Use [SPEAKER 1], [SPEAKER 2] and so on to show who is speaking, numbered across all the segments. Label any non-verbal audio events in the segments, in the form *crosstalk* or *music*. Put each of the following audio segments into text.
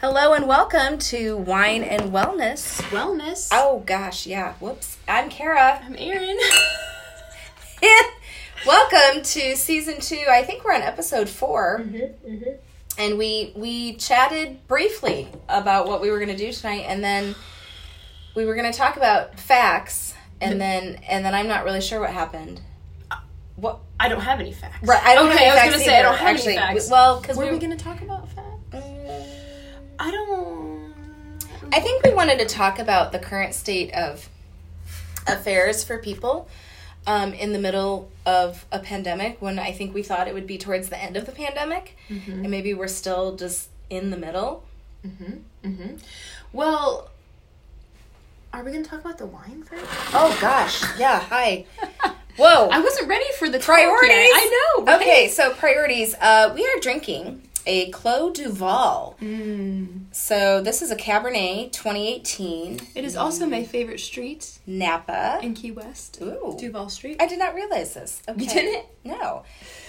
[SPEAKER 1] Hello and welcome to Wine and Wellness.
[SPEAKER 2] Wellness.
[SPEAKER 1] Oh gosh, yeah. Whoops. I'm *laughs* Kara.
[SPEAKER 2] I'm Erin.
[SPEAKER 1] welcome to season two. I think we're on episode 4 mm-hmm. and we we chatted briefly about what we were going to do tonight, and then we were going to talk about facts, and then and then I'm not really sure what happened. What?
[SPEAKER 2] I don't have any facts.
[SPEAKER 1] Right. I don't
[SPEAKER 2] okay,
[SPEAKER 1] have any
[SPEAKER 2] I was
[SPEAKER 1] facts
[SPEAKER 2] gonna say I
[SPEAKER 1] either,
[SPEAKER 2] don't have
[SPEAKER 1] actually.
[SPEAKER 2] any facts.
[SPEAKER 1] Well, because
[SPEAKER 2] Were
[SPEAKER 1] we,
[SPEAKER 2] we gonna talk about facts? I don't.
[SPEAKER 1] I think we wanted to talk about the current state of affairs for people um, in the middle of a pandemic when I think we thought it would be towards the end of the pandemic, and maybe we're still just in the middle. Mm-hmm,
[SPEAKER 2] Well, are we gonna talk about the wine first?
[SPEAKER 1] Oh gosh, yeah, hi. *laughs* Whoa.
[SPEAKER 2] I wasn't ready for the talk yet.
[SPEAKER 1] priorities.
[SPEAKER 2] I know. right?
[SPEAKER 1] Okay, so priorities. Uh, we are drinking a Clos Duval. Mm. So this is a Cabernet 2018
[SPEAKER 2] It is also my favorite street
[SPEAKER 1] Napa.
[SPEAKER 2] in Key West.
[SPEAKER 1] Ooh.
[SPEAKER 2] Duval Street.
[SPEAKER 1] I did not realize this. Okay.
[SPEAKER 2] didn't?
[SPEAKER 1] No.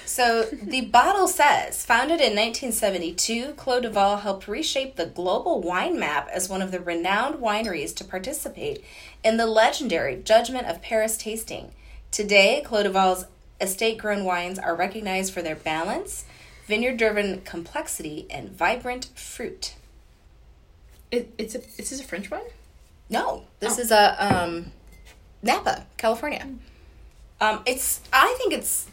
[SPEAKER 1] So the bottle says, founded in 1972, Clos Duval helped reshape the global wine map as one of the renowned wineries to participate in the legendary Judgment of Paris tasting. Today, Clos Duval's estate-grown wines are recognized for their balance, vineyard-driven complexity, and vibrant fruit.
[SPEAKER 2] It, it's a. This is a French wine.
[SPEAKER 1] No, this is a um, Napa, California. Um, it's I think it's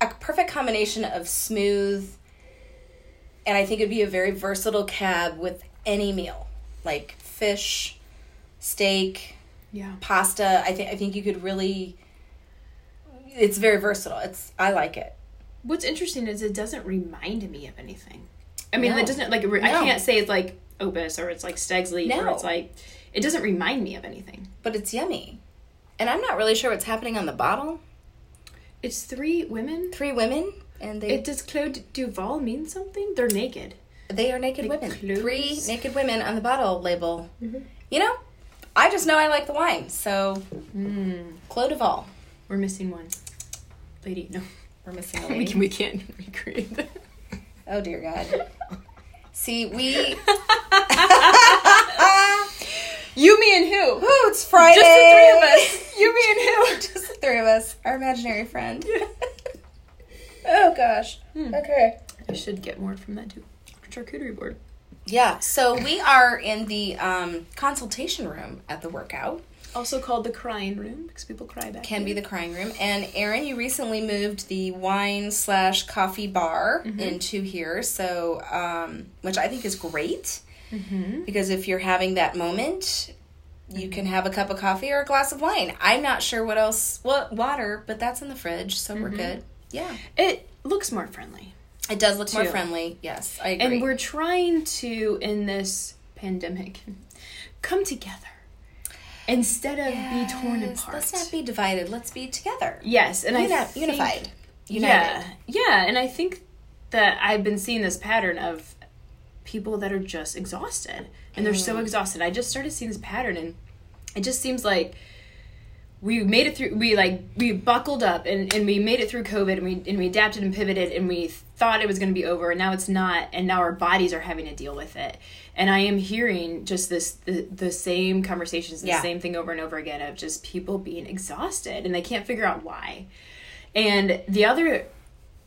[SPEAKER 1] a perfect combination of smooth, and I think it'd be a very versatile cab with any meal, like fish, steak,
[SPEAKER 2] Yeah.
[SPEAKER 1] pasta. I think I think you could really. It's very versatile. It's I like it.
[SPEAKER 2] What's interesting is it doesn't remind me of anything. I mean,
[SPEAKER 1] No.
[SPEAKER 2] it doesn't like. re- I
[SPEAKER 1] No.
[SPEAKER 2] can't say it's like Opus or it's like Stagsley or
[SPEAKER 1] No.
[SPEAKER 2] it's like. It doesn't remind me of anything.
[SPEAKER 1] but it's yummy, and I'm not really sure what's happening on the bottle.
[SPEAKER 2] It's three women.
[SPEAKER 1] Three women, and they
[SPEAKER 2] It does Claude Duval mean something? They're naked.
[SPEAKER 1] They are naked women.
[SPEAKER 2] clothes.
[SPEAKER 1] Three naked women on the bottle label.
[SPEAKER 2] Mm-hmm.
[SPEAKER 1] You know, I just know I like the wine, so
[SPEAKER 2] Hmm.
[SPEAKER 1] Clos de Val.
[SPEAKER 2] We're missing one. Lady, no.
[SPEAKER 1] We're missing a
[SPEAKER 2] *laughs* We
[SPEAKER 1] lady.
[SPEAKER 2] can we can't recreate *laughs* that.
[SPEAKER 1] Oh dear God. See,
[SPEAKER 2] *laughs*
[SPEAKER 1] we.
[SPEAKER 2] You me and who?
[SPEAKER 1] Ooh, it's Friday.
[SPEAKER 2] Just the three of
[SPEAKER 1] *laughs*
[SPEAKER 2] us. You me and who?
[SPEAKER 1] Just the three of us. Our imaginary friend. *laughs* oh gosh.
[SPEAKER 2] Hmm.
[SPEAKER 1] Okay.
[SPEAKER 2] I should get more from that too. Charcuterie board.
[SPEAKER 1] Yeah. So we are in the um, consultation room at the workout.
[SPEAKER 2] Also called the crying room because people cry back.
[SPEAKER 1] can be the crying room. And Erin, you recently moved the wine slash coffee bar
[SPEAKER 2] Mm-hmm.
[SPEAKER 1] into here, so um, which I think is great
[SPEAKER 2] Mm-hmm.
[SPEAKER 1] because if you're having that moment, you can have a cup of coffee or a glass of wine. I'm not sure what else, well, water, but that's in the fridge, so we're
[SPEAKER 2] Mm-hmm.
[SPEAKER 1] good. Yeah,
[SPEAKER 2] It looks more friendly.
[SPEAKER 1] it does look more
[SPEAKER 2] Too.
[SPEAKER 1] friendly. Yes, I
[SPEAKER 2] And
[SPEAKER 1] agree.
[SPEAKER 2] we're trying to, in this pandemic, come together instead of be torn
[SPEAKER 1] Yes,
[SPEAKER 2] apart.
[SPEAKER 1] Let's not be divided. Let's be together.
[SPEAKER 2] yes, and I
[SPEAKER 1] Uni-
[SPEAKER 2] think-
[SPEAKER 1] unified. United.
[SPEAKER 2] Yeah, yeah, and I think that I've been seeing this pattern of people that are just exhausted, and they're so exhausted. I just started seeing this pattern, and it just seems like we made it through. We like we buckled up, and, and we made it through COVID, and we and we adapted and pivoted, and we thought it was going to be over, and now it's not, and now our bodies are having to deal with it. And I am hearing just this the, the same conversations, the
[SPEAKER 1] Yeah.
[SPEAKER 2] same thing over and over again of just people being exhausted, and they can't figure out why. And the other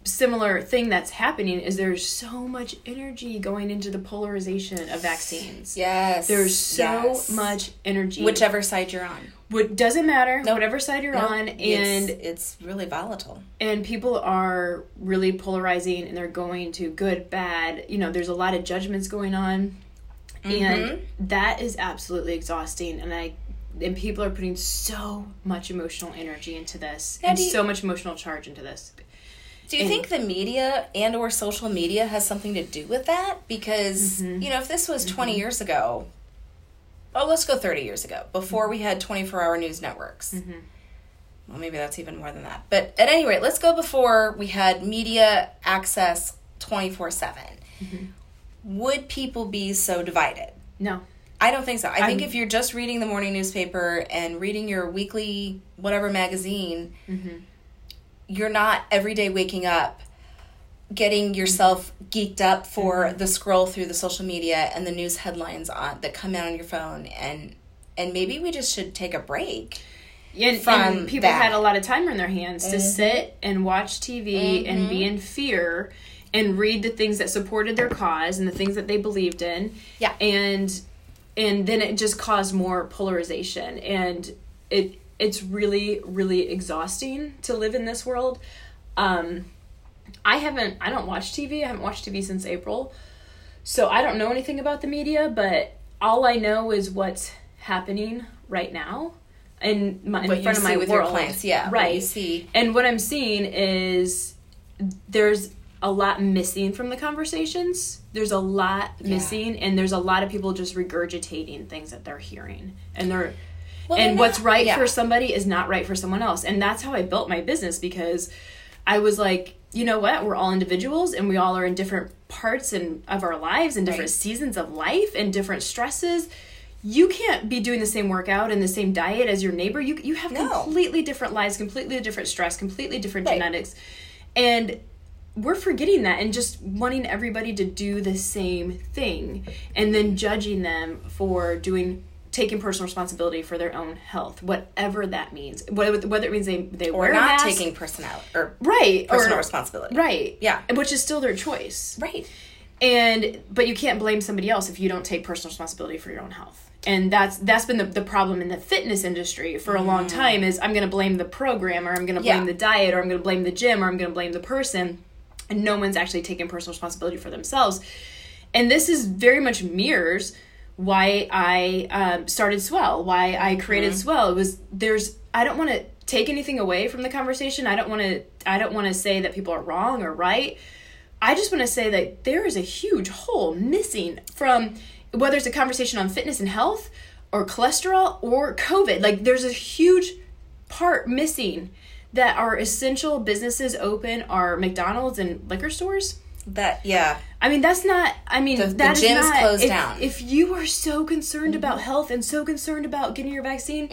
[SPEAKER 2] similar thing that's happening is there's so much energy going into the polarization of vaccines.
[SPEAKER 1] Yes.
[SPEAKER 2] There's so
[SPEAKER 1] yes.
[SPEAKER 2] much energy.
[SPEAKER 1] Whichever side you're on.
[SPEAKER 2] What doesn't matter, whatever side you're on,
[SPEAKER 1] It's-
[SPEAKER 2] and
[SPEAKER 1] it's really volatile.
[SPEAKER 2] and people are really polarizing and they're going to good, bad, you know, there's a lot of judgments going on. And
[SPEAKER 1] Mm-hmm.
[SPEAKER 2] that is absolutely exhausting and I and people are putting so much emotional energy into this and
[SPEAKER 1] do you-
[SPEAKER 2] so much emotional charge into this.
[SPEAKER 1] Do you think the media and or social media has something to do with that? Because you know, if this was 20 years ago, oh, let's go 30 years ago, before we had 24-hour news networks. Well, maybe that's even more than that. But at any rate, let's go before we had media access 24/7. Would people be so divided?
[SPEAKER 2] No.
[SPEAKER 1] I don't think so. I think
[SPEAKER 2] I'm-
[SPEAKER 1] if you're just reading the morning newspaper and reading your weekly
[SPEAKER 2] Mm-hmm.
[SPEAKER 1] whatever magazine, you're not every day waking up. getting yourself geeked up
[SPEAKER 2] Mm-hmm.
[SPEAKER 1] for the scroll through the social media and the news headlines on that come out on your phone and and maybe we just should take a break.
[SPEAKER 2] Yeah, and,
[SPEAKER 1] from
[SPEAKER 2] and people
[SPEAKER 1] that. Mm-hmm.
[SPEAKER 2] had a lot of time on their hands to sit and watch TV and be in fear and read the things that supported their cause and the things that they believed in.
[SPEAKER 1] Yeah.
[SPEAKER 2] And and then it just caused more polarization and it it's really really exhausting to live in this world. Um I haven't I don't watch TV. I haven't watched TV since April. So I don't know anything about the media, but all I know is what's happening right now in my in
[SPEAKER 1] What you
[SPEAKER 2] front of my
[SPEAKER 1] see with your
[SPEAKER 2] world.
[SPEAKER 1] clients, yeah, what
[SPEAKER 2] Right.
[SPEAKER 1] you see.
[SPEAKER 2] And what I'm seeing is there's a lot missing from the conversations. There's a lot missing and there's a lot of people just regurgitating things that they're hearing. And they're and
[SPEAKER 1] they're
[SPEAKER 2] what's
[SPEAKER 1] not-
[SPEAKER 2] right
[SPEAKER 1] yeah.
[SPEAKER 2] for somebody is not right for someone else. And that's how I built my business because I was like, you know what? We're all individuals and we all are in different parts and of our lives and different
[SPEAKER 1] Right.
[SPEAKER 2] seasons of life and different stresses. You can't be doing the same workout and the same diet as your neighbor. You you have
[SPEAKER 1] No.
[SPEAKER 2] completely different lives, completely different stress, completely different
[SPEAKER 1] Right.
[SPEAKER 2] genetics. And we're forgetting that and just wanting everybody to do the same thing and then judging them for doing taking personal responsibility for their own health whatever that means whether, whether it means they, they
[SPEAKER 1] We're
[SPEAKER 2] wear
[SPEAKER 1] not
[SPEAKER 2] masks,
[SPEAKER 1] taking personality or
[SPEAKER 2] right
[SPEAKER 1] personal
[SPEAKER 2] or,
[SPEAKER 1] responsibility.
[SPEAKER 2] right
[SPEAKER 1] Yeah.
[SPEAKER 2] which is still their choice
[SPEAKER 1] Right.
[SPEAKER 2] and but you can't blame somebody else if you don't take personal responsibility for your own health and that's that's been the, the problem in the fitness industry for a long time is i'm going to blame the program or i'm going to blame
[SPEAKER 1] Yeah.
[SPEAKER 2] the diet or i'm going to blame the gym or i'm going to blame the person and no one's actually taking personal responsibility for themselves and this is very much mirrors why i um, started swell why i created swell it was there's i don't want to take anything away from the conversation i don't want to i don't want to say that people are wrong or right I just want to say that there is a huge hole missing from whether it's a conversation on fitness and health or cholesterol or COVID. Like, there's a huge part missing that are essential businesses open are McDonald's and liquor stores.
[SPEAKER 1] That yeah.
[SPEAKER 2] I mean, that's not. I mean, that
[SPEAKER 1] the
[SPEAKER 2] is
[SPEAKER 1] gym's
[SPEAKER 2] not.
[SPEAKER 1] closed
[SPEAKER 2] if,
[SPEAKER 1] down.
[SPEAKER 2] If you are so concerned about health and so concerned about getting your vaccine,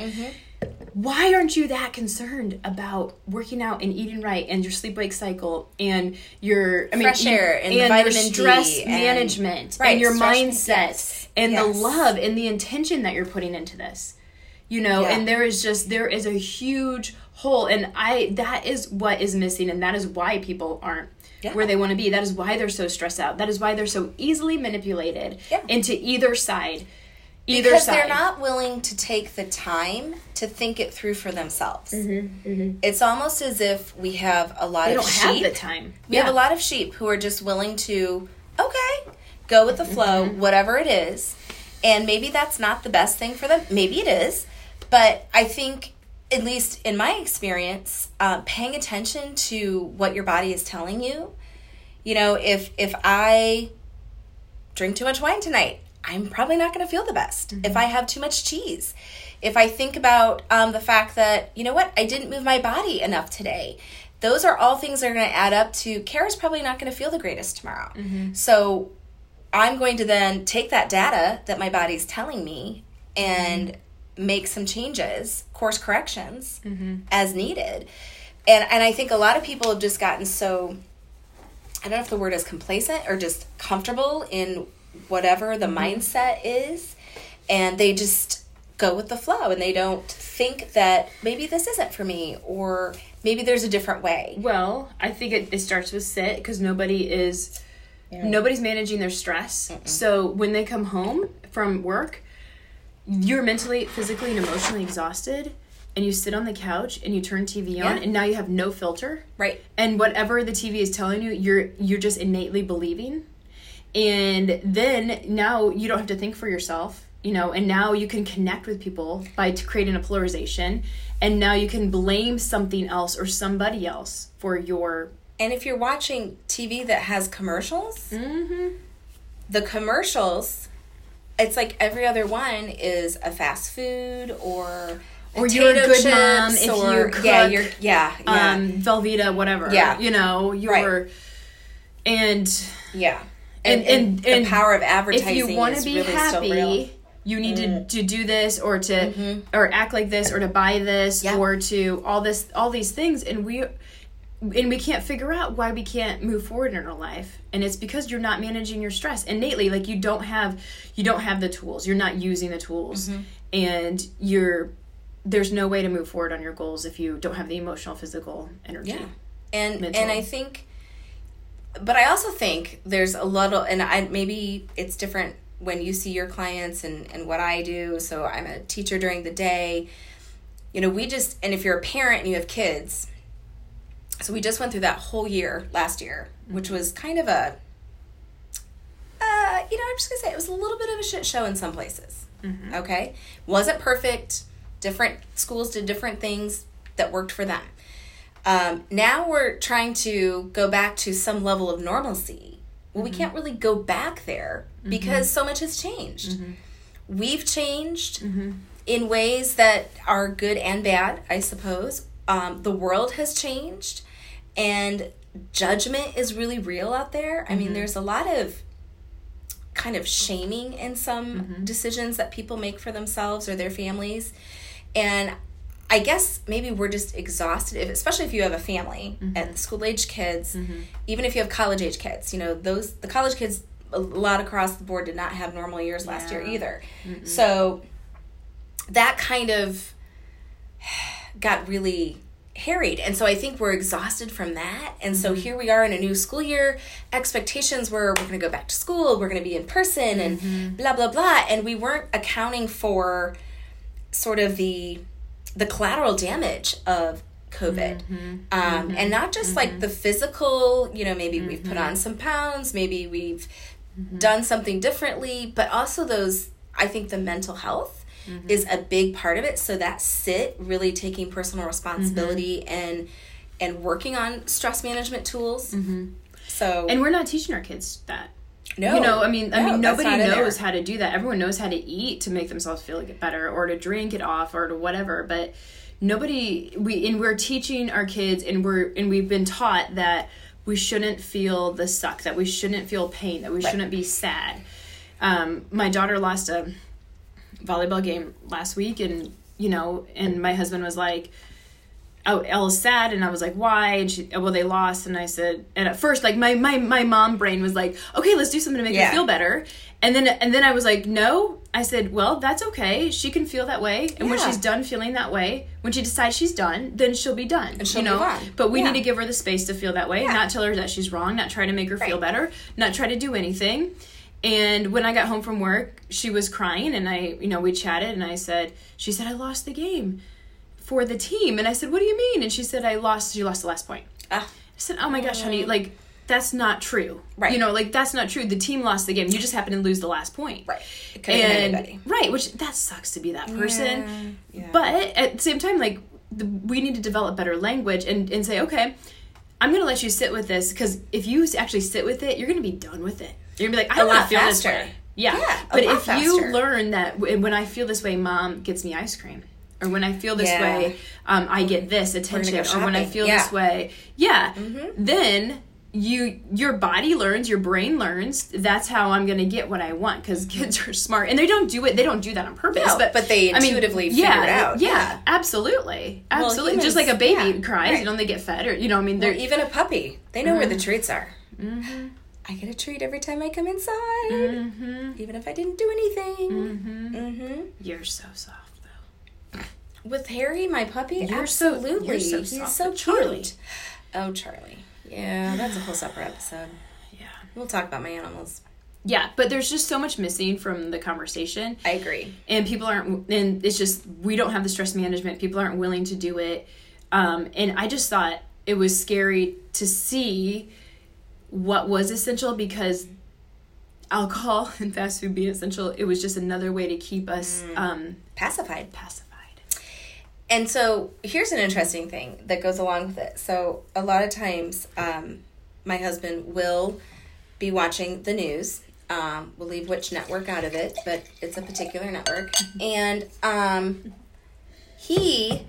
[SPEAKER 1] Mm-hmm.
[SPEAKER 2] why aren't you that concerned about working out and eating right and your sleep wake cycle and your I mean,
[SPEAKER 1] Fresh
[SPEAKER 2] you-
[SPEAKER 1] air and
[SPEAKER 2] your
[SPEAKER 1] vitamin D
[SPEAKER 2] stress
[SPEAKER 1] and-
[SPEAKER 2] management
[SPEAKER 1] Right,
[SPEAKER 2] and your
[SPEAKER 1] stress-
[SPEAKER 2] mindset
[SPEAKER 1] yes,
[SPEAKER 2] and
[SPEAKER 1] yes.
[SPEAKER 2] the love and the intention that you're putting into this? You know,
[SPEAKER 1] Yeah.
[SPEAKER 2] and there is just there is a huge hole, and I that is what is missing, and that is why people aren't
[SPEAKER 1] Yeah.
[SPEAKER 2] where they want to be. That is why they're so stressed out. That is why they're so easily manipulated
[SPEAKER 1] Yeah.
[SPEAKER 2] into either side. Either
[SPEAKER 1] Because
[SPEAKER 2] side.
[SPEAKER 1] they're not willing to take the time to think it through for themselves. It's almost as if we have a lot
[SPEAKER 2] Mm-hmm. they
[SPEAKER 1] of
[SPEAKER 2] don't
[SPEAKER 1] sheep.
[SPEAKER 2] have the time.
[SPEAKER 1] We have a lot of sheep who are just willing to, okay, go with the flow, whatever it is. And maybe that's not the best thing for them. Maybe it is. But I think, at least in my experience, uh, paying attention to what your body is telling you. You know, if if I drink too much wine tonight, I'm probably not going to feel the best. If I have too much cheese, if I think about um, the fact that, you know what, I didn't move my body enough today, those are all things that are going to add up to Kara's probably not going to feel the greatest tomorrow. So I'm going to then take that data that my body's telling me and make some changes, course corrections as needed. And, and I think a lot of people have just gotten so I don't know if the word is complacent or just comfortable in whatever the
[SPEAKER 2] Mm-hmm.
[SPEAKER 1] mindset is, and they just go with the flow and they don't think that maybe this isn't for me or maybe there's a different way.
[SPEAKER 2] Well, I think it, it starts with sit because nobody is nobody's managing their stress. So when they come home from work, you're mentally, physically, and emotionally exhausted, and you sit on the couch and you turn TV on,
[SPEAKER 1] Yeah.
[SPEAKER 2] and now you have no filter.
[SPEAKER 1] Right.
[SPEAKER 2] And whatever the TV is telling you, you're you're just innately believing, and then now you don't have to think for yourself. You know, and now you can connect with people by t- creating a polarization, and now you can blame something else or somebody else for your
[SPEAKER 1] And if you're watching TV that has commercials,
[SPEAKER 2] Mm-hmm.
[SPEAKER 1] the commercials, it's like every other one is a fast food or
[SPEAKER 2] Or you're a
[SPEAKER 1] potato
[SPEAKER 2] good mom
[SPEAKER 1] chips
[SPEAKER 2] if
[SPEAKER 1] or,
[SPEAKER 2] you
[SPEAKER 1] yeah,
[SPEAKER 2] cook,
[SPEAKER 1] you're, yeah, yeah,
[SPEAKER 2] um Velveeta, whatever.
[SPEAKER 1] Yeah.
[SPEAKER 2] you know, your and
[SPEAKER 1] yeah.
[SPEAKER 2] and- and- and
[SPEAKER 1] the power of advertising
[SPEAKER 2] if you want to
[SPEAKER 1] is
[SPEAKER 2] be
[SPEAKER 1] really
[SPEAKER 2] happy
[SPEAKER 1] still real. Mm. Mm-hmm.
[SPEAKER 2] you need to, to do this or to or act like this or to buy this
[SPEAKER 1] Yeah.
[SPEAKER 2] or to all this all these things and we and we can't figure out why we can't move forward in our life and it's because you're not managing your stress innately like you don't have you don't have the tools you're not using the tools
[SPEAKER 1] Mm-hmm.
[SPEAKER 2] and you're there's no way to move forward on your goals if you don't have the emotional physical energy
[SPEAKER 1] Yeah. And
[SPEAKER 2] Mental.
[SPEAKER 1] and I think but I also think there's a little and I maybe it's different when you see your clients and and what I do. So I'm a teacher during the day. You know, we just and if you're a parent and you have kids, so we just went through that whole year last year, which was kind of a uh, you know, I'm just gonna say it was a little bit of a shit show in some places. Okay, wasn't perfect. Different schools did different things that worked for them. Um, now we're trying to go back to some level of normalcy. Well, we can't really go back there because so much has changed. We've changed in ways that are good and bad, I suppose. Um, the world has changed, and judgment is really real out there. I mean, there's a lot of kind of shaming in some decisions that people make for themselves or their families. And I guess maybe we're just exhausted, if, especially if you have a family and school age kids, even if you have college age kids, you know, those, the college kids, a lot across the board did not have normal years last year
[SPEAKER 2] Yeah.
[SPEAKER 1] either. So that kind of *sighs* got really harried. And so I think we're exhausted from that. And so here we are in a new school year. Expectations were we're going to go back to school, we're going to be in person, and blah, blah, blah. And we weren't accounting for sort of the the collateral damage of COVID,
[SPEAKER 2] Mm-hmm.
[SPEAKER 1] um, and not just like the physical. You know, maybe we've put
[SPEAKER 2] Mm-hmm.
[SPEAKER 1] on some pounds, maybe we've done something differently, but also those. I think the mental health
[SPEAKER 2] Mm-hmm.
[SPEAKER 1] is a big part of it. So that sit really taking personal responsibility
[SPEAKER 2] Mm-hmm.
[SPEAKER 1] and and working on stress management tools. So
[SPEAKER 2] Mm-hmm. and we're not teaching our kids that
[SPEAKER 1] no,
[SPEAKER 2] you know i mean i
[SPEAKER 1] No,
[SPEAKER 2] mean
[SPEAKER 1] that's
[SPEAKER 2] nobody
[SPEAKER 1] not in there.
[SPEAKER 2] knows how to do that everyone knows how to eat to make themselves feel like better or to drink it off or to whatever but nobody we and we're teaching our kids and we're and we've been taught that we shouldn't feel the suck that we shouldn't feel pain that we shouldn't be sad um, my daughter lost a volleyball game last week and you know and my husband was like oh ella's sad and i was like why and she well they lost and i said and at first like my my, my mom brain was like okay let's do something to make
[SPEAKER 1] Yeah.
[SPEAKER 2] her feel better and then and then i was like no i said well that's okay she can feel that way and when
[SPEAKER 1] Yeah.
[SPEAKER 2] she's done feeling that way when she decides she's done then she'll be done and
[SPEAKER 1] she'll
[SPEAKER 2] you know
[SPEAKER 1] move on.
[SPEAKER 2] but we
[SPEAKER 1] Yeah.
[SPEAKER 2] need to give her the space to feel that way not tell her that she's wrong not try to make her feel
[SPEAKER 1] Right.
[SPEAKER 2] better not try to do anything and when i got home from work she was crying and i you know we chatted and i said she said i lost the game for the team and i said what do you mean and she said i lost you lost the last point
[SPEAKER 1] Ah,
[SPEAKER 2] I said, "Oh my gosh, honey, like that's not true.
[SPEAKER 1] Right.
[SPEAKER 2] You know, like that's not true. The team lost the game. You just happened to lose the last point.
[SPEAKER 1] Right. It could've been
[SPEAKER 2] And
[SPEAKER 1] anybody.
[SPEAKER 2] right, which that sucks to be that person.
[SPEAKER 1] Yeah. Yeah.
[SPEAKER 2] But at the same time, like the, we need to develop better language and and say, okay, I'm gonna let you sit with this because if you actually sit with it, you're gonna be done with it. You're gonna be like, I
[SPEAKER 1] A
[SPEAKER 2] don't
[SPEAKER 1] lot
[SPEAKER 2] feel
[SPEAKER 1] faster.
[SPEAKER 2] this way. Yeah.
[SPEAKER 1] Yeah, a
[SPEAKER 2] but
[SPEAKER 1] lot
[SPEAKER 2] if you
[SPEAKER 1] faster.
[SPEAKER 2] learn that w- when I feel this way, mom gets me ice cream. Or when I feel this
[SPEAKER 1] Yeah.
[SPEAKER 2] way, um, I get this attention.
[SPEAKER 1] go
[SPEAKER 2] or when I
[SPEAKER 1] shopping.
[SPEAKER 2] feel
[SPEAKER 1] Yeah. Mm-hmm.
[SPEAKER 2] this way way yeah then you your body learns your brain learns that's how i'm gonna get what i want because kids *laughs* are smart and they don't do it they don't do that on purpose
[SPEAKER 1] No,
[SPEAKER 2] but
[SPEAKER 1] but they
[SPEAKER 2] I mean,
[SPEAKER 1] intuitively
[SPEAKER 2] yeah,
[SPEAKER 1] figure it out.
[SPEAKER 2] yeah,
[SPEAKER 1] Yeah.
[SPEAKER 2] absolutely absolutely
[SPEAKER 1] humans-
[SPEAKER 2] just like a baby
[SPEAKER 1] yeah,
[SPEAKER 2] cries
[SPEAKER 1] right.
[SPEAKER 2] you know they get fed or you know i mean
[SPEAKER 1] Or
[SPEAKER 2] they're
[SPEAKER 1] even a puppy. They know where
[SPEAKER 2] mm-hmm.
[SPEAKER 1] the treats are. I get a treat every time I come inside,
[SPEAKER 2] Mm-hmm.
[SPEAKER 1] even if I didn't do anything. Mhm.
[SPEAKER 2] e-, you're so soft though
[SPEAKER 1] With Harry, my puppy,
[SPEAKER 2] You're so-
[SPEAKER 1] absolutely.
[SPEAKER 2] you're so
[SPEAKER 1] He's
[SPEAKER 2] soft,
[SPEAKER 1] so
[SPEAKER 2] but Charlie-
[SPEAKER 1] cute. Oh, Charlie. Yeah, that's a whole separate episode.
[SPEAKER 2] yeah
[SPEAKER 1] We'll talk about my animals.
[SPEAKER 2] yeah but there's just so much missing from the conversation
[SPEAKER 1] I agree.
[SPEAKER 2] and people aren't and it's just we don't have the stress management people aren't willing to do it um, and i just thought it was scary to see what was essential because alcohol *laughs* and fast food being essential it was just another way to keep us
[SPEAKER 1] Mm.
[SPEAKER 2] um,
[SPEAKER 1] Pacified.
[SPEAKER 2] pacified
[SPEAKER 1] And so here's an interesting thing that goes along with it. So a lot of times, um, my husband will be watching the news. Um, we'll leave which network out of it, but it's a particular network. And um, he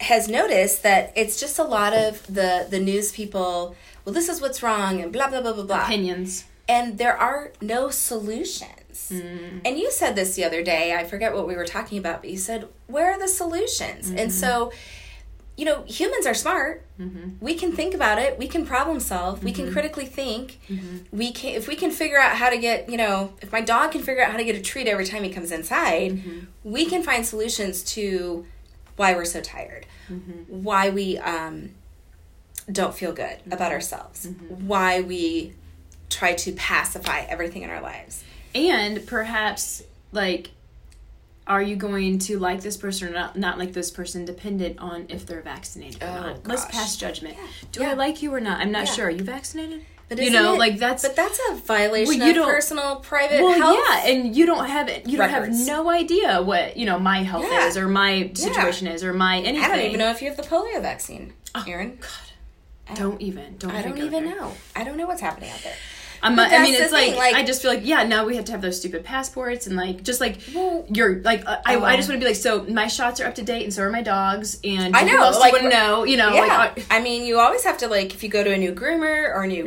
[SPEAKER 1] has noticed that it's just a lot of the the news people. Well, this is what's wrong, and blah blah blah blah blah
[SPEAKER 2] opinions
[SPEAKER 1] and there are no solutions. And you said this the other day, I forget what we were talking about, but you said, Where are the solutions? And so you know, humans are smart. We can think about it. We can problem solve. We can critically think. We can if we can figure out how to get, you know, if my dog can figure out how to get a treat every time he comes inside, we can find solutions to why we're so tired, why we um, don't feel good about ourselves, why we try to pacify everything in our lives.
[SPEAKER 2] and perhaps like are you going to like this person or not, not like this person dependent on if they're vaccinated or
[SPEAKER 1] Oh,
[SPEAKER 2] not let's
[SPEAKER 1] gosh.
[SPEAKER 2] pass judgment do
[SPEAKER 1] Yeah.
[SPEAKER 2] i like you or not i'm not
[SPEAKER 1] Yeah.
[SPEAKER 2] sure are you vaccinated
[SPEAKER 1] But
[SPEAKER 2] you
[SPEAKER 1] isn't
[SPEAKER 2] know
[SPEAKER 1] it-
[SPEAKER 2] like that's
[SPEAKER 1] but that's a violation
[SPEAKER 2] Well, you
[SPEAKER 1] of
[SPEAKER 2] don't-
[SPEAKER 1] personal private
[SPEAKER 2] well,
[SPEAKER 1] health.
[SPEAKER 2] yeah, and you don't have it. You don't
[SPEAKER 1] Records.
[SPEAKER 2] have no idea what you know my health
[SPEAKER 1] Yeah.
[SPEAKER 2] is, or my situation is, or my anything.
[SPEAKER 1] I don't even know if you have the polio vaccine, Erin.
[SPEAKER 2] Don't even. Oh, Don't.
[SPEAKER 1] I don't
[SPEAKER 2] go
[SPEAKER 1] even
[SPEAKER 2] there.
[SPEAKER 1] know. I don't know what's happening out there.
[SPEAKER 2] I'm,
[SPEAKER 1] But
[SPEAKER 2] I
[SPEAKER 1] that's
[SPEAKER 2] mean,
[SPEAKER 1] the
[SPEAKER 2] it's
[SPEAKER 1] thing,
[SPEAKER 2] like,
[SPEAKER 1] like-
[SPEAKER 2] I just feel like yeah. Now we have to have those stupid passports and like just like
[SPEAKER 1] Well- uh-huh.
[SPEAKER 2] you're like uh, I, I just want to be like so my shots are up to date and so are my dogs and
[SPEAKER 1] I know,
[SPEAKER 2] who else
[SPEAKER 1] like,
[SPEAKER 2] like, would know you know like
[SPEAKER 1] yeah.
[SPEAKER 2] uh,
[SPEAKER 1] I mean, you always have to like if you go to a new groomer or a new,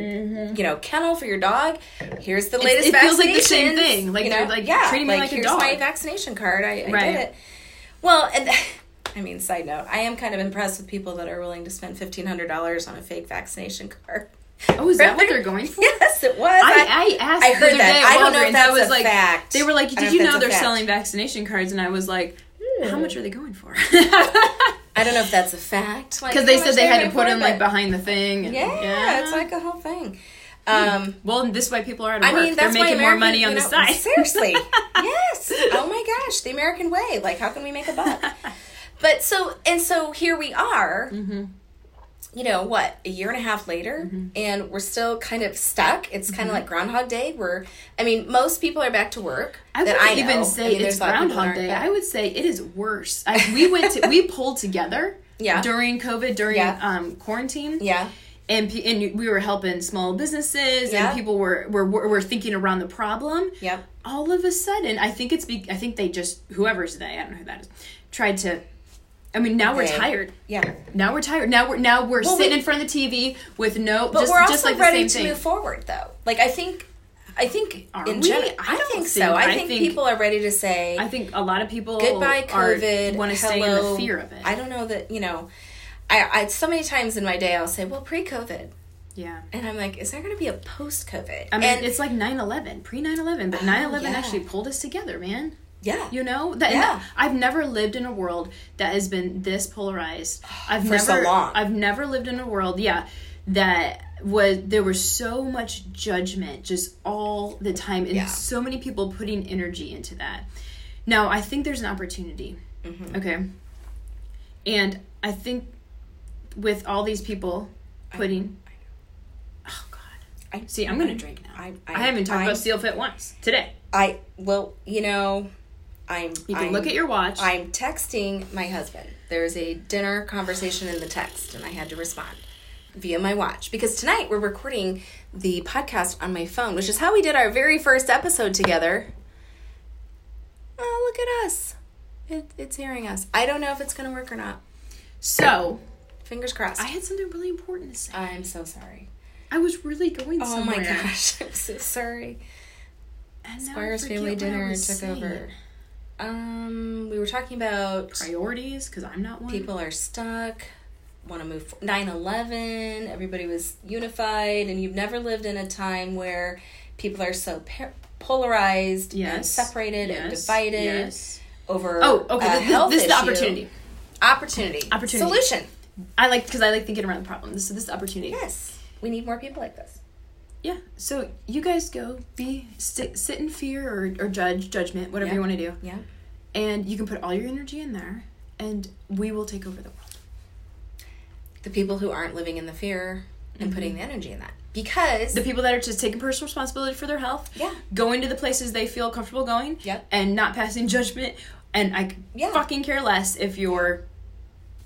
[SPEAKER 1] you know, kennel for your dog. Here's the latest.
[SPEAKER 2] Mm-hmm. it feels like the same
[SPEAKER 1] vaccinations,
[SPEAKER 2] thing. Like,
[SPEAKER 1] you
[SPEAKER 2] they're,
[SPEAKER 1] know?
[SPEAKER 2] like,
[SPEAKER 1] yeah,
[SPEAKER 2] treating me like a
[SPEAKER 1] here's
[SPEAKER 2] dog.
[SPEAKER 1] my vaccination card. I, I
[SPEAKER 2] Right.
[SPEAKER 1] did it. Well, and *laughs* I mean, side note, I am kind of impressed with people that are willing to spend fifteen hundred dollars on a fake vaccination *laughs* card.
[SPEAKER 2] oh is that what they're
[SPEAKER 1] *laughs*
[SPEAKER 2] going for?
[SPEAKER 1] Yes, it was.
[SPEAKER 2] I, I asked
[SPEAKER 1] I
[SPEAKER 2] the
[SPEAKER 1] heard
[SPEAKER 2] other
[SPEAKER 1] that.
[SPEAKER 2] day
[SPEAKER 1] I
[SPEAKER 2] at
[SPEAKER 1] don't know if
[SPEAKER 2] Walgreens,
[SPEAKER 1] that's
[SPEAKER 2] I was
[SPEAKER 1] a
[SPEAKER 2] like
[SPEAKER 1] fact.
[SPEAKER 2] they were
[SPEAKER 1] I
[SPEAKER 2] like
[SPEAKER 1] don't
[SPEAKER 2] did
[SPEAKER 1] if
[SPEAKER 2] you
[SPEAKER 1] that's
[SPEAKER 2] know
[SPEAKER 1] a
[SPEAKER 2] they're
[SPEAKER 1] fact." Hmm.
[SPEAKER 2] selling vaccination cards and I was like how much are they going for? *laughs*
[SPEAKER 1] I don't know if that's a fact. Like,
[SPEAKER 2] Because they
[SPEAKER 1] how
[SPEAKER 2] said
[SPEAKER 1] much
[SPEAKER 2] they had to
[SPEAKER 1] might
[SPEAKER 2] put
[SPEAKER 1] afford,
[SPEAKER 2] him like
[SPEAKER 1] but-
[SPEAKER 2] behind the thing. and-
[SPEAKER 1] Yeah, it's like a whole thing. Um,
[SPEAKER 2] well, and this way people are out of
[SPEAKER 1] I
[SPEAKER 2] Hmm. work.
[SPEAKER 1] mean, that's
[SPEAKER 2] They're making
[SPEAKER 1] why
[SPEAKER 2] more
[SPEAKER 1] American-
[SPEAKER 2] money on
[SPEAKER 1] you
[SPEAKER 2] the
[SPEAKER 1] know,
[SPEAKER 2] side.
[SPEAKER 1] Seriously,
[SPEAKER 2] *laughs*
[SPEAKER 1] yes. Oh my gosh, the American way. Like, how can we make a buck? but so and so here we are.
[SPEAKER 2] Mm-hmm.
[SPEAKER 1] You know what? A year and a half later, and we're still kind of stuck. It's
[SPEAKER 2] Mm-hmm.
[SPEAKER 1] kind of like Groundhog Day. We're, I mean, most people are back to work.
[SPEAKER 2] I
[SPEAKER 1] that
[SPEAKER 2] wouldn't
[SPEAKER 1] I know.
[SPEAKER 2] even
[SPEAKER 1] I
[SPEAKER 2] say
[SPEAKER 1] mean,
[SPEAKER 2] it's
[SPEAKER 1] there's a lot of people that
[SPEAKER 2] Groundhog
[SPEAKER 1] aren't
[SPEAKER 2] Day.
[SPEAKER 1] back.
[SPEAKER 2] I would say it is worse. I, we went to we pulled together
[SPEAKER 1] *laughs* Yeah.
[SPEAKER 2] during COVID during
[SPEAKER 1] Yeah.
[SPEAKER 2] um, quarantine.
[SPEAKER 1] yeah,
[SPEAKER 2] And, pe- and we were helping small businesses
[SPEAKER 1] Yeah.
[SPEAKER 2] and people were, were were were thinking around the problem.
[SPEAKER 1] yeah.
[SPEAKER 2] all of a sudden, I think it's be- I think they just whoever's they I don't know who that is tried to. I mean, now
[SPEAKER 1] They.
[SPEAKER 2] we're tired.
[SPEAKER 1] Yeah,
[SPEAKER 2] Now we're tired. Now we're now we're
[SPEAKER 1] Well,
[SPEAKER 2] sitting
[SPEAKER 1] we-
[SPEAKER 2] in front of the TV with no.
[SPEAKER 1] but
[SPEAKER 2] just,
[SPEAKER 1] we're also
[SPEAKER 2] just like the
[SPEAKER 1] ready
[SPEAKER 2] same
[SPEAKER 1] to
[SPEAKER 2] thing.
[SPEAKER 1] move forward, though. Like I think, I think
[SPEAKER 2] Are
[SPEAKER 1] in
[SPEAKER 2] we?
[SPEAKER 1] general,
[SPEAKER 2] I
[SPEAKER 1] I,
[SPEAKER 2] don't
[SPEAKER 1] think so.
[SPEAKER 2] think-
[SPEAKER 1] I
[SPEAKER 2] I
[SPEAKER 1] think,
[SPEAKER 2] think-
[SPEAKER 1] people are ready to say,
[SPEAKER 2] I think a lot of people
[SPEAKER 1] goodbye COVID.
[SPEAKER 2] want to
[SPEAKER 1] hello.
[SPEAKER 2] stay in the fear of it.
[SPEAKER 1] I don't know that you know. I, I so many times in my day I'll say, well, pre-COVID,
[SPEAKER 2] yeah.
[SPEAKER 1] and I'm like, is there going to be a post-COVID?
[SPEAKER 2] I mean,
[SPEAKER 1] and Oh,
[SPEAKER 2] it's like 9-11, pre-9-11, but 9-11
[SPEAKER 1] yeah.
[SPEAKER 2] actually pulled us together, man.
[SPEAKER 1] yeah,
[SPEAKER 2] You know that and
[SPEAKER 1] Yeah.
[SPEAKER 2] I've never lived in a world that has been
[SPEAKER 1] *sighs*
[SPEAKER 2] this polarized. I've
[SPEAKER 1] For
[SPEAKER 2] never
[SPEAKER 1] so long.
[SPEAKER 2] I've never lived in a world, yeah, that was there was so much judgment just all the time and
[SPEAKER 1] Yeah.
[SPEAKER 2] so many people putting energy into that. Now, I think there's an opportunity.
[SPEAKER 1] Mm-hmm.
[SPEAKER 2] Okay. And I think with all these people putting Oh god.
[SPEAKER 1] I-
[SPEAKER 2] See, I'm going to drink now.
[SPEAKER 1] I,
[SPEAKER 2] I haven't talked
[SPEAKER 1] I,
[SPEAKER 2] about Seal Fit once today.
[SPEAKER 1] I well, you know, I'm.
[SPEAKER 2] You can
[SPEAKER 1] I'm,
[SPEAKER 2] look at your watch.
[SPEAKER 1] I'm texting my husband. There's a dinner conversation in the text, and I had to respond via my watch because tonight we're recording the podcast on my phone, which is how we did our very first episode together. Oh, look at us! It, it's hearing us. I don't know if it's going to work or not.
[SPEAKER 2] so,
[SPEAKER 1] Fingers crossed.
[SPEAKER 2] I had something really important to say.
[SPEAKER 1] I, am so sorry.
[SPEAKER 2] I was really going
[SPEAKER 1] Oh *laughs*
[SPEAKER 2] somewhere.
[SPEAKER 1] my gosh, I'm so sorry.
[SPEAKER 2] And now I
[SPEAKER 1] Squire's
[SPEAKER 2] forget
[SPEAKER 1] family
[SPEAKER 2] what I
[SPEAKER 1] dinner took
[SPEAKER 2] was saying.
[SPEAKER 1] over. Um, we were talking about
[SPEAKER 2] Priorities, because I'm not one.
[SPEAKER 1] people are stuck want to move 9-11 everybody was unified and you've never lived in a time where people are so par- polarized and
[SPEAKER 2] Yes.
[SPEAKER 1] separated and
[SPEAKER 2] Yes.
[SPEAKER 1] divided
[SPEAKER 2] Yes.
[SPEAKER 1] over
[SPEAKER 2] Oh, okay.
[SPEAKER 1] a
[SPEAKER 2] this-
[SPEAKER 1] health
[SPEAKER 2] this, this is the
[SPEAKER 1] issue.
[SPEAKER 2] opportunity.
[SPEAKER 1] opportunity
[SPEAKER 2] Opportunity.
[SPEAKER 1] solution
[SPEAKER 2] I like because I like thinking around the problem. This, so this is the opportunity.
[SPEAKER 1] yes we need more people like this
[SPEAKER 2] Yeah. So you guys go be sit, sit in fear or, or judge judgment, whatever
[SPEAKER 1] Yeah.
[SPEAKER 2] you want to do,
[SPEAKER 1] yeah
[SPEAKER 2] and you can put all your energy in there, and we will take over the world.
[SPEAKER 1] the people who aren't living in the fear and putting the energy in that because
[SPEAKER 2] Mm-hmm. The people that are just taking personal responsibility for their health,
[SPEAKER 1] Yeah.
[SPEAKER 2] going to the places they feel comfortable going,
[SPEAKER 1] Yep.
[SPEAKER 2] and not passing *laughs* judgment. And I could
[SPEAKER 1] Yeah.
[SPEAKER 2] fucking care less if you're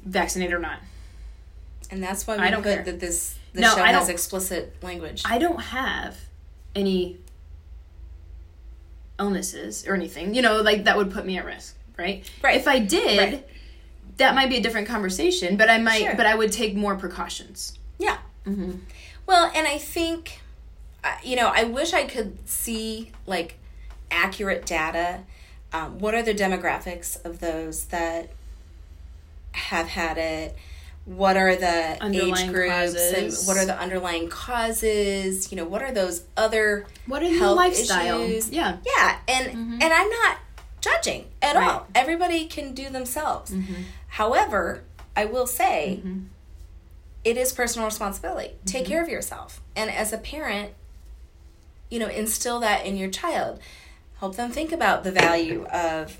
[SPEAKER 2] vaccinated or not.
[SPEAKER 1] and that's why we
[SPEAKER 2] I don't
[SPEAKER 1] put
[SPEAKER 2] care.
[SPEAKER 1] that this the
[SPEAKER 2] No,
[SPEAKER 1] show
[SPEAKER 2] I
[SPEAKER 1] has
[SPEAKER 2] don't-
[SPEAKER 1] explicit language
[SPEAKER 2] I don't have any illnesses or anything, you know, like that would put me at risk, right?
[SPEAKER 1] Right.
[SPEAKER 2] If I did,
[SPEAKER 1] Right.
[SPEAKER 2] that might be a different conversation, but I might,
[SPEAKER 1] Sure.
[SPEAKER 2] but I would take more precautions.
[SPEAKER 1] Yeah.
[SPEAKER 2] Mm-hmm.
[SPEAKER 1] Well, and I think, uh, you know, I wish I could see like accurate data. Um, what are the demographics of those that have had it? what are the age
[SPEAKER 2] Underlying
[SPEAKER 1] groups
[SPEAKER 2] causes.
[SPEAKER 1] and what are the underlying causes you know what are those other
[SPEAKER 2] What are the
[SPEAKER 1] health
[SPEAKER 2] lifestyle?
[SPEAKER 1] issues
[SPEAKER 2] Yeah.
[SPEAKER 1] yeah and and i'm not judging at
[SPEAKER 2] Mm-hmm. Right. Mm-hmm.
[SPEAKER 1] all everybody can do themselves however i will say it is personal responsibility take
[SPEAKER 2] Mm-hmm.
[SPEAKER 1] care of yourself and as a parent you know instill that in your child help them think about the value of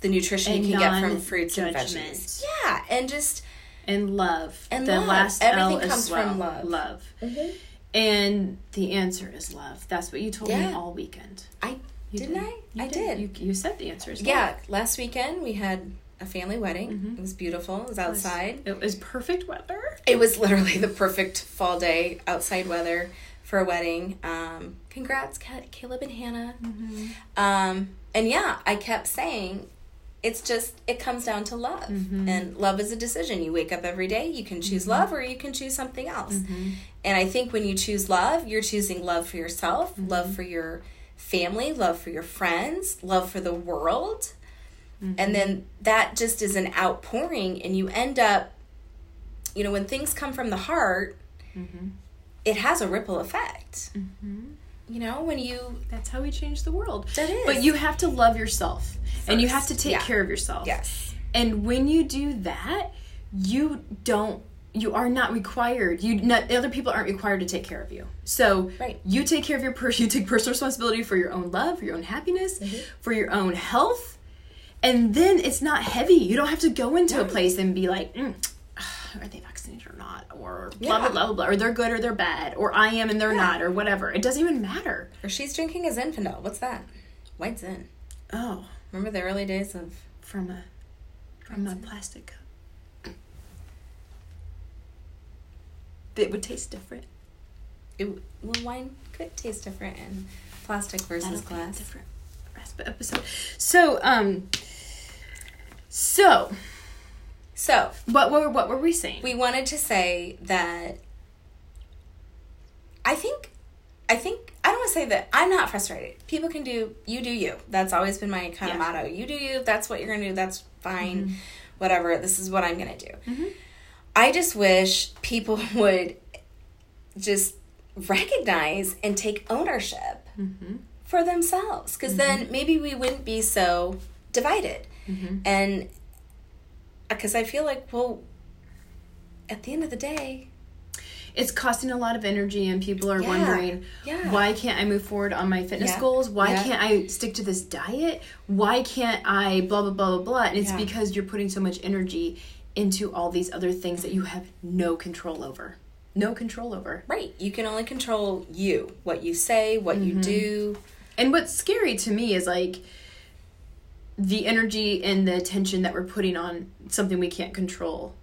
[SPEAKER 1] the nutrition
[SPEAKER 2] And
[SPEAKER 1] you can get from fruits and
[SPEAKER 2] non-judgment.
[SPEAKER 1] veggies yeah and just
[SPEAKER 2] And love.
[SPEAKER 1] And
[SPEAKER 2] the
[SPEAKER 1] love.
[SPEAKER 2] last L
[SPEAKER 1] Everything
[SPEAKER 2] as
[SPEAKER 1] comes
[SPEAKER 2] well.
[SPEAKER 1] from love. Mm-hmm.
[SPEAKER 2] Love. And the answer is love. That's what you told me
[SPEAKER 1] Yeah.
[SPEAKER 2] all weekend.
[SPEAKER 1] i
[SPEAKER 2] You
[SPEAKER 1] didn't i
[SPEAKER 2] You
[SPEAKER 1] i did,
[SPEAKER 2] You, you said the answer is love.
[SPEAKER 1] yeah last weekend we had a family wedding
[SPEAKER 2] Mm-hmm.
[SPEAKER 1] it was beautiful it was outside
[SPEAKER 2] It was perfect weather.
[SPEAKER 1] It was literally the perfect fall day, outside weather for a wedding. Um, congrats, Ca- Caleb and Hannah. Um, and yeah, I kept saying, it's just, it comes down to love. And love is a decision. You wake up every day, you can choose love or you can choose something else. And I think when you choose love, you're choosing love for yourself, love for your family, love for your friends, love for the world. And then that just is an outpouring, and you end up you know, when things come from the heart, it has a ripple effect. You know, when you
[SPEAKER 2] That's how we change the world.
[SPEAKER 1] That is.
[SPEAKER 2] But you have to love yourself. And you have
[SPEAKER 1] First.
[SPEAKER 2] to take
[SPEAKER 1] Yeah.
[SPEAKER 2] care of yourself.
[SPEAKER 1] yes,
[SPEAKER 2] And when you do that, you don't you are not required. You not, the other people aren't required to take care of you. So
[SPEAKER 1] Right.
[SPEAKER 2] you take care of your person. *laughs* You take personal responsibility for your own love, for your own happiness,
[SPEAKER 1] Mm-hmm.
[SPEAKER 2] for your own health, and then it's not heavy. You don't have to go into a place and be like, mm, *sighs* are they vaccinated or not, or blah blah
[SPEAKER 1] Yeah.
[SPEAKER 2] blah blah blah, or they're good or they're bad, or I am and they're not, or whatever. It doesn't even matter.
[SPEAKER 1] or she's drinking a Zinfandel. What's that? White Zin.
[SPEAKER 2] Oh,
[SPEAKER 1] Remember the early days of
[SPEAKER 2] from a from a plastic cup. It would taste different.
[SPEAKER 1] it? Well, wine could taste different in plastic versus
[SPEAKER 2] That'll be a
[SPEAKER 1] glass.
[SPEAKER 2] different rest- episode. So um. So
[SPEAKER 1] So
[SPEAKER 2] what were what were we saying?
[SPEAKER 1] we wanted to say that I think I think I don't want to say that I'm not frustrated. People can do you do you. That's always been my kind of
[SPEAKER 2] Yeah.
[SPEAKER 1] motto. You do you. That's what you're gonna do. That's fine. Whatever. This is what I'm gonna do. I just wish people *laughs* would just recognize and take ownership for themselves, because then maybe we wouldn't be so divided. And because I feel like, well, at the end of the day,
[SPEAKER 2] it's costing a lot of energy, and people are
[SPEAKER 1] Yeah.
[SPEAKER 2] wondering
[SPEAKER 1] Yeah.
[SPEAKER 2] why can't I move forward on my fitness
[SPEAKER 1] Yeah.
[SPEAKER 2] goals? Why
[SPEAKER 1] Yeah.
[SPEAKER 2] can't I stick to this diet? Why can't I blah blah blah blah blah? And it's
[SPEAKER 1] Yeah.
[SPEAKER 2] because you're putting so much energy into all these other things that you have no control over. No control over.
[SPEAKER 1] right, you can only control you, what you say, what you do.
[SPEAKER 2] And what's scary to me is like the energy and the attention that we're putting on something we can't control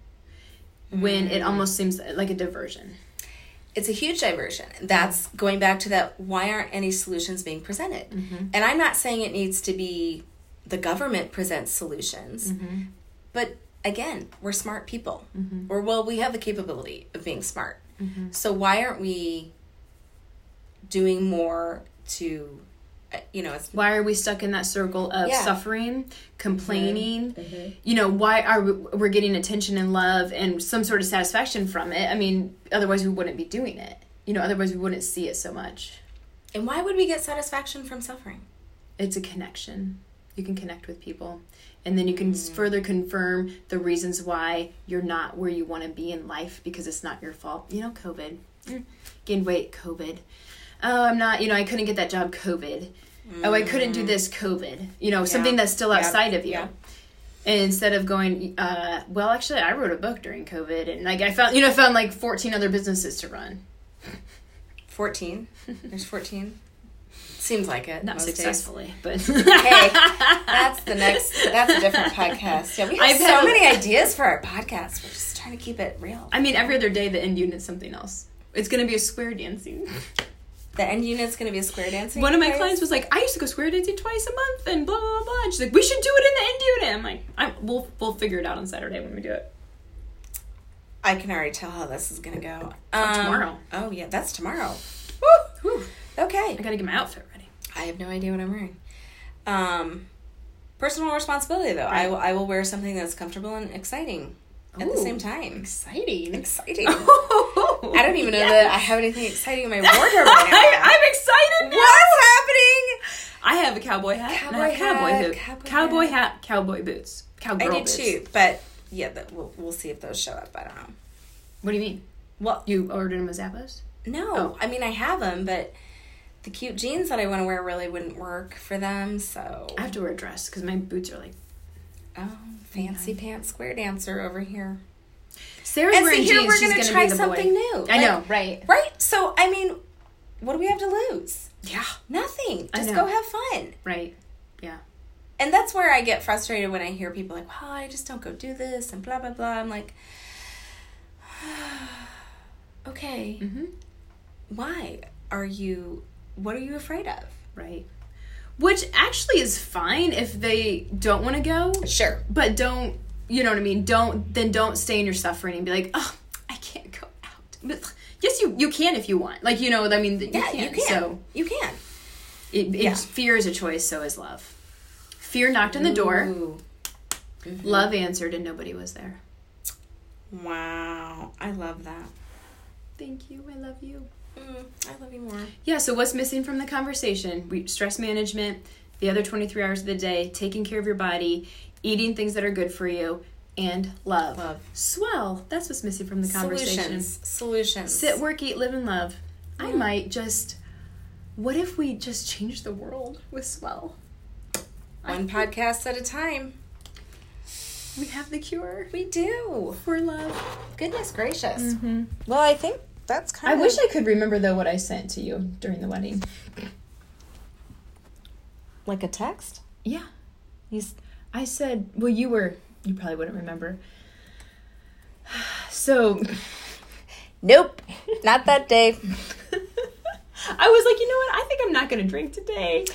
[SPEAKER 2] when it almost seems like a diversion.
[SPEAKER 1] It's a huge diversion. That's going back to that why aren't any solutions being presented? And I'm not saying it needs to be the government presents solutions, but again, we're smart people. Or, well, we have the capability of being smart. So, why aren't we doing more to, uh, you know, it's
[SPEAKER 2] Why are we stuck in that circle of
[SPEAKER 1] Yeah.
[SPEAKER 2] suffering, complaining? You know, why are we, we're getting attention and love and some sort of satisfaction from it? I mean, otherwise we wouldn't be doing it. You know, otherwise we wouldn't see it so much.
[SPEAKER 1] And why would we get satisfaction from suffering?
[SPEAKER 2] it's a connection. You can connect with people. And then you can
[SPEAKER 1] Mm.
[SPEAKER 2] s further confirm the reasons why you're not where you want to be in life because it's not your fault. You know, COVID. Mm. Gained weight, COVID. Oh, I'm not, you know, I couldn't get that job, COVID. Oh, I couldn't
[SPEAKER 1] Mm.
[SPEAKER 2] do this, COVID. You know, something that's still
[SPEAKER 1] Yep.
[SPEAKER 2] outside of you.
[SPEAKER 1] Yep.
[SPEAKER 2] And instead of going, uh, well, actually, I wrote a book during COVID and like I found, you know, I found like 14 other businesses to run.
[SPEAKER 1] 14. There's 14. Seems like it.
[SPEAKER 2] Not
[SPEAKER 1] most days.
[SPEAKER 2] successfully, but. *laughs*
[SPEAKER 1] Hey, that's the next, that's a different podcast. Yeah, we have
[SPEAKER 2] I've
[SPEAKER 1] so
[SPEAKER 2] had a-
[SPEAKER 1] many ideas for our podcast. We're just trying to keep it real.
[SPEAKER 2] I mean, every other day the end unit's something else. It's gonna be a
[SPEAKER 1] *laughs*
[SPEAKER 2] square dancing.
[SPEAKER 1] The end unit's going to be a square dancing.
[SPEAKER 2] *laughs* One of my
[SPEAKER 1] place.
[SPEAKER 2] clients was like, "I used to go square dancing twice a month," and blah blah blah. blah. And she's like, "We should do it in the end unit." I'm like, I'm, "We'll we'll figure it out on Saturday when we do it."
[SPEAKER 1] I can already tell how this is going to go.
[SPEAKER 2] That's
[SPEAKER 1] Um,
[SPEAKER 2] tomorrow.
[SPEAKER 1] Oh, yeah, that's tomorrow.
[SPEAKER 2] Whew.
[SPEAKER 1] Okay.
[SPEAKER 2] I gotta get my outfit ready.
[SPEAKER 1] I have no idea what I'm wearing. Um, personal responsibility, though. I will I will wear something that's comfortable and exciting at the
[SPEAKER 2] Ooh.
[SPEAKER 1] same time.
[SPEAKER 2] *laughs* Exciting.
[SPEAKER 1] Exciting.
[SPEAKER 2] I
[SPEAKER 1] I don't even know that I have anything exciting in my wardrobe right
[SPEAKER 2] *laughs* I,
[SPEAKER 1] now.
[SPEAKER 2] I'm excited now.
[SPEAKER 1] What's happening?
[SPEAKER 2] I have a cowboy hat. and
[SPEAKER 1] Cowboy
[SPEAKER 2] I have cowboy
[SPEAKER 1] hat,
[SPEAKER 2] boot.
[SPEAKER 1] cowboy
[SPEAKER 2] Cowboy hat. Cowboy boots. Cowgirl
[SPEAKER 1] I do
[SPEAKER 2] boots.
[SPEAKER 1] too, but yeah, that we'll, we'll see if those show up. I don't know.
[SPEAKER 2] What do you mean?
[SPEAKER 1] Well,
[SPEAKER 2] You ordered them as Zappos?
[SPEAKER 1] no,
[SPEAKER 2] Oh.
[SPEAKER 1] I mean I have them, but the cute jeans that I want to wear really wouldn't work for them. So,
[SPEAKER 2] I have to wear a dress because my boots are like.
[SPEAKER 1] oh, fancy pants square dancer over here.
[SPEAKER 2] Sarah's
[SPEAKER 1] And
[SPEAKER 2] wearing
[SPEAKER 1] see, here
[SPEAKER 2] jeans.
[SPEAKER 1] we're
[SPEAKER 2] She's
[SPEAKER 1] gonna
[SPEAKER 2] gonna
[SPEAKER 1] try
[SPEAKER 2] be the
[SPEAKER 1] something
[SPEAKER 2] boy.
[SPEAKER 1] new.
[SPEAKER 2] I
[SPEAKER 1] Like,
[SPEAKER 2] know, right?
[SPEAKER 1] Right? So, I mean, what do we have to lose?
[SPEAKER 2] Yeah,
[SPEAKER 1] Nothing.
[SPEAKER 2] I
[SPEAKER 1] Just go
[SPEAKER 2] know.
[SPEAKER 1] have fun.
[SPEAKER 2] right. Yeah.
[SPEAKER 1] And that's where I get frustrated when I hear people like, "Well, I just don't go do this," and blah blah blah. I'm like, *sighs* okay,
[SPEAKER 2] Mm-hmm.
[SPEAKER 1] why are you? What are you afraid of?
[SPEAKER 2] Right. Which actually is fine if they don't want to go,
[SPEAKER 1] Sure.
[SPEAKER 2] but don't. You know what I mean? Don't then don't stay in your suffering and be like, oh, I can't go out. But yes, you you can if you want. Like you know, I mean, you
[SPEAKER 1] Yeah,
[SPEAKER 2] can.
[SPEAKER 1] you can.
[SPEAKER 2] So
[SPEAKER 1] You can.
[SPEAKER 2] it, it,
[SPEAKER 1] Yeah.
[SPEAKER 2] fear is a choice. So is love. Fear knocked on the door.
[SPEAKER 1] Ooh,
[SPEAKER 2] Love answered, and nobody was there.
[SPEAKER 1] wow, I love that.
[SPEAKER 2] Thank you. I love you.
[SPEAKER 1] Mm, I love you more.
[SPEAKER 2] Yeah, so what's missing from the conversation? We, stress management, the other 23 hours of the day, taking care of your body, eating things that are good for you, and love.
[SPEAKER 1] Love.
[SPEAKER 2] Swell. That's what's missing from the conversation.
[SPEAKER 1] Solutions. Solutions.
[SPEAKER 2] Sit, work, eat, live, and love. I might just. What if we just change the world with Swell?
[SPEAKER 1] One podcast at a time.
[SPEAKER 2] We have the cure
[SPEAKER 1] We do.
[SPEAKER 2] for love.
[SPEAKER 1] Goodness gracious. Well, I think that's kind
[SPEAKER 2] I
[SPEAKER 1] of.
[SPEAKER 2] wish I could remember though what I sent to you during the wedding.
[SPEAKER 1] like a text.
[SPEAKER 2] Yeah. You, s- I said, well, you were, you probably wouldn't remember. *sighs* So
[SPEAKER 1] Nope, not that day.
[SPEAKER 2] *laughs* I was like, you know what? I think I'm not going to drink today.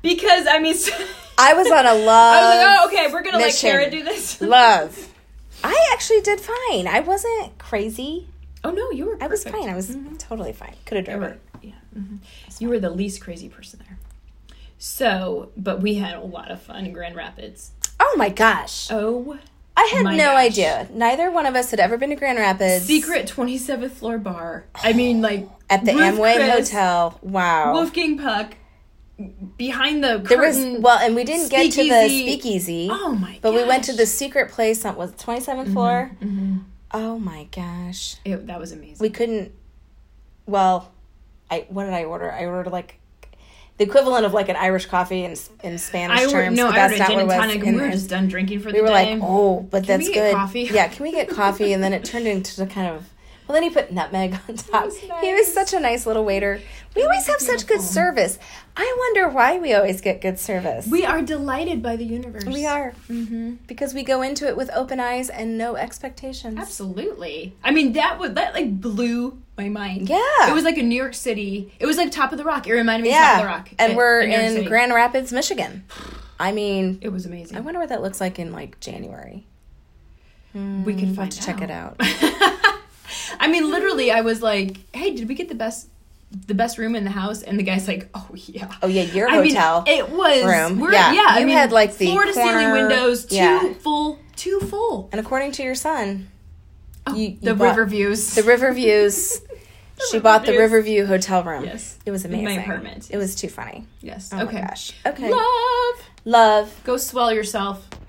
[SPEAKER 2] Because, I mean, *laughs* s-
[SPEAKER 1] I was on a love.
[SPEAKER 2] I was like, oh, okay, we're going to let
[SPEAKER 1] mission.
[SPEAKER 2] Kara do this. *laughs*
[SPEAKER 1] love. *laughs* I actually did fine. I wasn't crazy.
[SPEAKER 2] Oh, no, you were
[SPEAKER 1] I was
[SPEAKER 2] perfect. Mm-hmm.
[SPEAKER 1] fine. I was totally fine. Could have
[SPEAKER 2] You
[SPEAKER 1] driven.
[SPEAKER 2] were, yeah. mhm. You were the least crazy person there. So, but we had a lot of fun in Grand Rapids.
[SPEAKER 1] Oh my gosh.
[SPEAKER 2] Oh,
[SPEAKER 1] I had
[SPEAKER 2] my
[SPEAKER 1] no
[SPEAKER 2] gosh.
[SPEAKER 1] idea. Neither one of us had ever been to Grand Rapids.
[SPEAKER 2] secret 27th floor bar. I mean, like,
[SPEAKER 1] Oh. At the
[SPEAKER 2] Ruth
[SPEAKER 1] Amway
[SPEAKER 2] Chris,
[SPEAKER 1] Hotel. Wow.
[SPEAKER 2] Wolfgang Puck behind the
[SPEAKER 1] there was
[SPEAKER 2] curtain.
[SPEAKER 1] well, and we didn't get to the
[SPEAKER 2] speakeasy.
[SPEAKER 1] speakeasy,
[SPEAKER 2] oh my!
[SPEAKER 1] but we went to
[SPEAKER 2] gosh. Mm-hmm,
[SPEAKER 1] the secret place on was it 27th floor. Oh my gosh,
[SPEAKER 2] It, that was amazing.
[SPEAKER 1] we couldn't. Well, I what did I order? I ordered like the equivalent of like an Irish coffee in in Spanish
[SPEAKER 2] I were,
[SPEAKER 1] terms.
[SPEAKER 2] no,
[SPEAKER 1] but
[SPEAKER 2] I
[SPEAKER 1] that's not
[SPEAKER 2] ordered gin and
[SPEAKER 1] what it was in
[SPEAKER 2] tonic. We were
[SPEAKER 1] there.
[SPEAKER 2] just done drinking for
[SPEAKER 1] we
[SPEAKER 2] the
[SPEAKER 1] were
[SPEAKER 2] day.
[SPEAKER 1] like, oh, but
[SPEAKER 2] Can we
[SPEAKER 1] that's
[SPEAKER 2] get
[SPEAKER 1] good.
[SPEAKER 2] coffee?
[SPEAKER 1] Yeah, can we get coffee? And then
[SPEAKER 2] *laughs*
[SPEAKER 1] it turned into kind of. Well, then he put nutmeg on top.
[SPEAKER 2] was
[SPEAKER 1] He was
[SPEAKER 2] nice.
[SPEAKER 1] such a nice little waiter. We always have such good service. I wonder why we always get good service.
[SPEAKER 2] we Mm-hmm. are delighted by the universe.
[SPEAKER 1] We are because we go into it with open eyes and no expectations.
[SPEAKER 2] absolutely. I mean, that would that like blew my mind.
[SPEAKER 1] Yeah.
[SPEAKER 2] it was like a New York City. It was like Top of the Rock. It reminded me of Top of the
[SPEAKER 1] Yeah,
[SPEAKER 2] Rock.
[SPEAKER 1] and
[SPEAKER 2] at-
[SPEAKER 1] we're
[SPEAKER 2] New York
[SPEAKER 1] in
[SPEAKER 2] City.
[SPEAKER 1] Grand Rapids,
[SPEAKER 2] *sighs*
[SPEAKER 1] Michigan. I mean,
[SPEAKER 2] It was amazing.
[SPEAKER 1] I wonder what that looks like in like January.
[SPEAKER 2] we could find
[SPEAKER 1] To check it out.
[SPEAKER 2] *laughs* I mean, literally, I was like, "Hey, did we get the best, the best room in the house?" And the guy's like, "Oh yeah."
[SPEAKER 1] Oh yeah, your
[SPEAKER 2] I mean,
[SPEAKER 1] hotel.
[SPEAKER 2] it was
[SPEAKER 1] room.
[SPEAKER 2] We're,
[SPEAKER 1] Yeah,
[SPEAKER 2] yeah, I
[SPEAKER 1] you
[SPEAKER 2] mean,
[SPEAKER 1] had, like, the
[SPEAKER 2] floor to ceiling
[SPEAKER 1] corner-
[SPEAKER 2] windows, two
[SPEAKER 1] yeah.
[SPEAKER 2] full, two full.
[SPEAKER 1] and according to your son,
[SPEAKER 2] Oh,
[SPEAKER 1] You- you
[SPEAKER 2] the
[SPEAKER 1] bought-
[SPEAKER 2] river views.
[SPEAKER 1] the River
[SPEAKER 2] *laughs*
[SPEAKER 1] Views. she
[SPEAKER 2] River
[SPEAKER 1] bought the
[SPEAKER 2] Views.
[SPEAKER 1] Riverview hotel room.
[SPEAKER 2] Yes.
[SPEAKER 1] it was
[SPEAKER 2] In my
[SPEAKER 1] amazing.
[SPEAKER 2] apartment,
[SPEAKER 1] It was too funny.
[SPEAKER 2] yes.
[SPEAKER 1] Oh
[SPEAKER 2] okay.
[SPEAKER 1] my gosh. Okay.
[SPEAKER 2] Love.
[SPEAKER 1] Love.
[SPEAKER 2] Go swell yourself.